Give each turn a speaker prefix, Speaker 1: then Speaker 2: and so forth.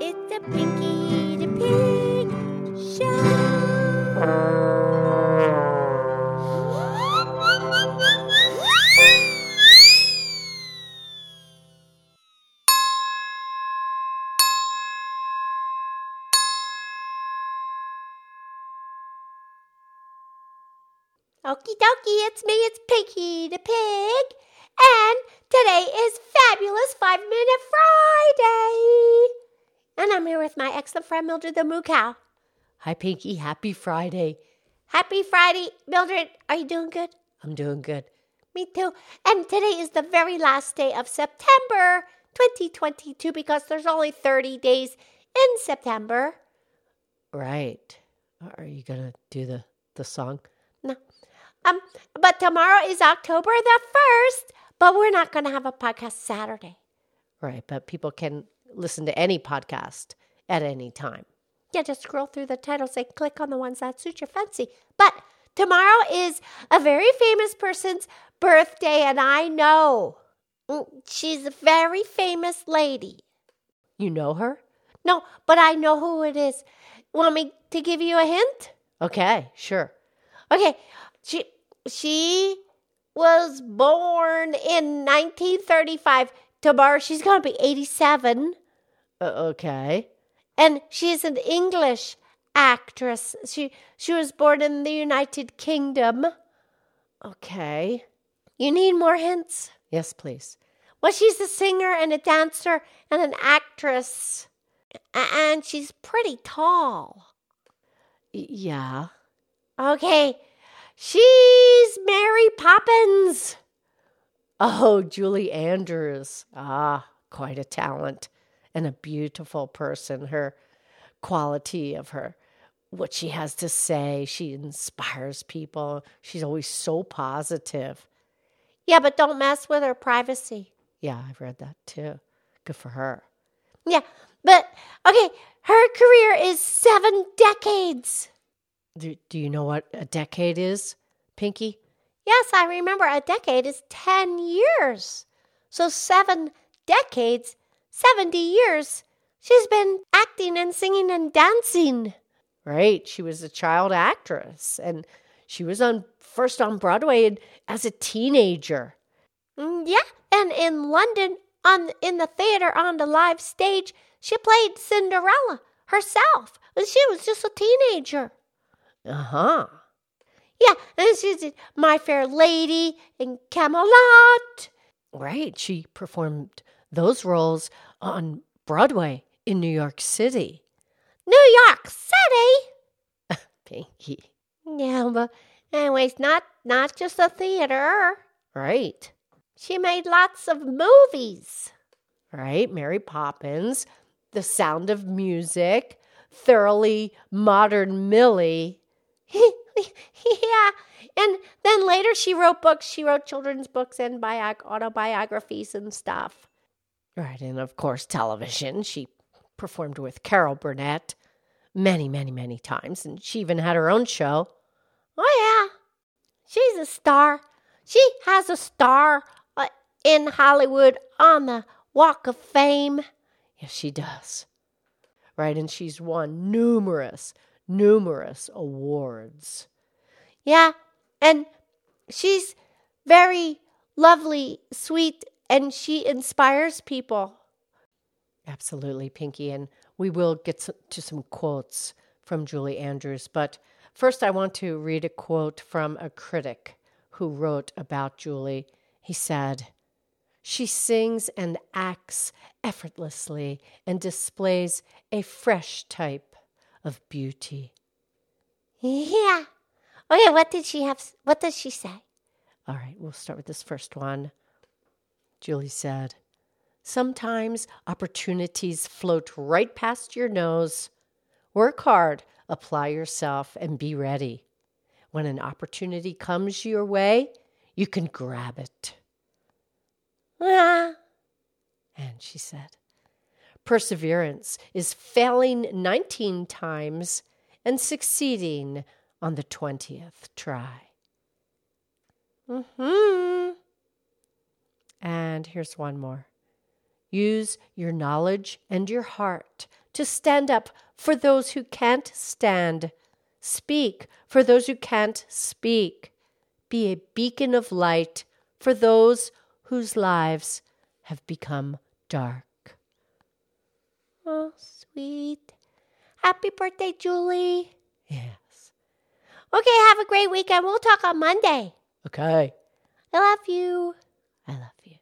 Speaker 1: It's a Pinky the Pig show. Okie dokie, it's me, it's Pinky the Pig, and today is Fabulous Five Minute Friday. And I'm here with my excellent friend Mildred the Moo Cow.
Speaker 2: Hi, Pinky. Happy Friday.
Speaker 1: Happy Friday, Mildred. Are you doing good?
Speaker 2: I'm doing good.
Speaker 1: Me too. And today is the very last day of September 2022 because there's only 30 days in September.
Speaker 2: Right. Are you going to do the, the song?
Speaker 1: Um, but tomorrow is October the 1st, but we're not going to have a podcast Saturday.
Speaker 2: Right. But people can listen to any podcast at any time.
Speaker 1: Yeah, just scroll through the titles and click on the ones that suit your fancy. But tomorrow is a very famous person's birthday, and I know Mm, she's a very famous lady.
Speaker 2: You know her?
Speaker 1: No, but I know who it is. Want me to give you a hint?
Speaker 2: Okay, sure.
Speaker 1: Okay, she she was born in 1935. Tomorrow she's gonna be 87,
Speaker 2: Uh, okay.
Speaker 1: and she is an English actress. She she was born in the United Kingdom.
Speaker 2: Okay.
Speaker 1: You need more hints.
Speaker 2: Yes, please.
Speaker 1: Well, she's a singer and a dancer and an actress, A- and she's pretty tall.
Speaker 2: Y- yeah.
Speaker 1: Okay, she's Mary Poppins.
Speaker 2: Oh, Julie Andrews. Ah, quite a talent and a beautiful person. Her quality of her, what she has to say, she inspires people. She's always so positive.
Speaker 1: Yeah, but don't mess with her privacy.
Speaker 2: Yeah, I've read that too. Good for her.
Speaker 1: Yeah, but okay, her career is seven decades.
Speaker 2: Do, do you know what a decade is, Pinky?
Speaker 1: Yes, I remember a decade is 10 years. So, seven decades, 70 years, she's been acting and singing and dancing.
Speaker 2: Right. She was a child actress and she was on first on Broadway and as a teenager.
Speaker 1: Mm, Yeah, and in London, on in the theater on the live stage, she played Cinderella herself. And she was just a teenager.
Speaker 2: Uh huh.
Speaker 1: Yeah, and she did My Fair Lady and Camelot.
Speaker 2: Right. She performed those roles on Broadway in New York City.
Speaker 1: New York City.
Speaker 2: Pinky.
Speaker 1: Yeah, but anyways, not not just a theater.
Speaker 2: Right.
Speaker 1: She made lots of movies.
Speaker 2: right? Mary Poppins, The Sound of Music, Thoroughly Modern Millie.
Speaker 1: yeah, and then later she wrote books. She wrote children's books and bio- autobiographies and stuff.
Speaker 2: Right, and of course, television. She performed with Carol Burnett many, many, many times, and she even had her own show.
Speaker 1: Oh yeah, she's a star. She has a star uh, in Hollywood on the Walk of Fame.
Speaker 2: Yes, she does. Right, and she's won numerous, numerous awards.
Speaker 1: Yeah. And she's very lovely, sweet, and she inspires people.
Speaker 2: Absolutely, Pinky. And we will get s- to some quotes from Julie Andrews. But first, I want to read a quote from a critic who wrote about Julie. He said, She sings and acts effortlessly and displays a fresh type of beauty.
Speaker 1: Yeah. Okay, what did she have? What does she say?
Speaker 2: All right, we'll start with this first one. Julie said, Sometimes opportunities float right past your nose. Work hard, apply yourself, and be ready. When an opportunity comes your way, you can grab it.
Speaker 1: Ah,
Speaker 2: And she said, Perseverance is failing 19 times and succeeding on the 20th try.
Speaker 1: hmm.
Speaker 2: Mm-hmm. And here's one more. Use your knowledge and your heart to stand up for those who can't stand. Speak for those who can't speak. Be a beacon of light for those whose lives have become dark.
Speaker 1: Oh, sweet. Happy birthday, Julie.
Speaker 2: Yes.
Speaker 1: Okay, have a great weekend. We'll talk on Monday.
Speaker 2: Okay.
Speaker 1: I love you.
Speaker 2: I love you.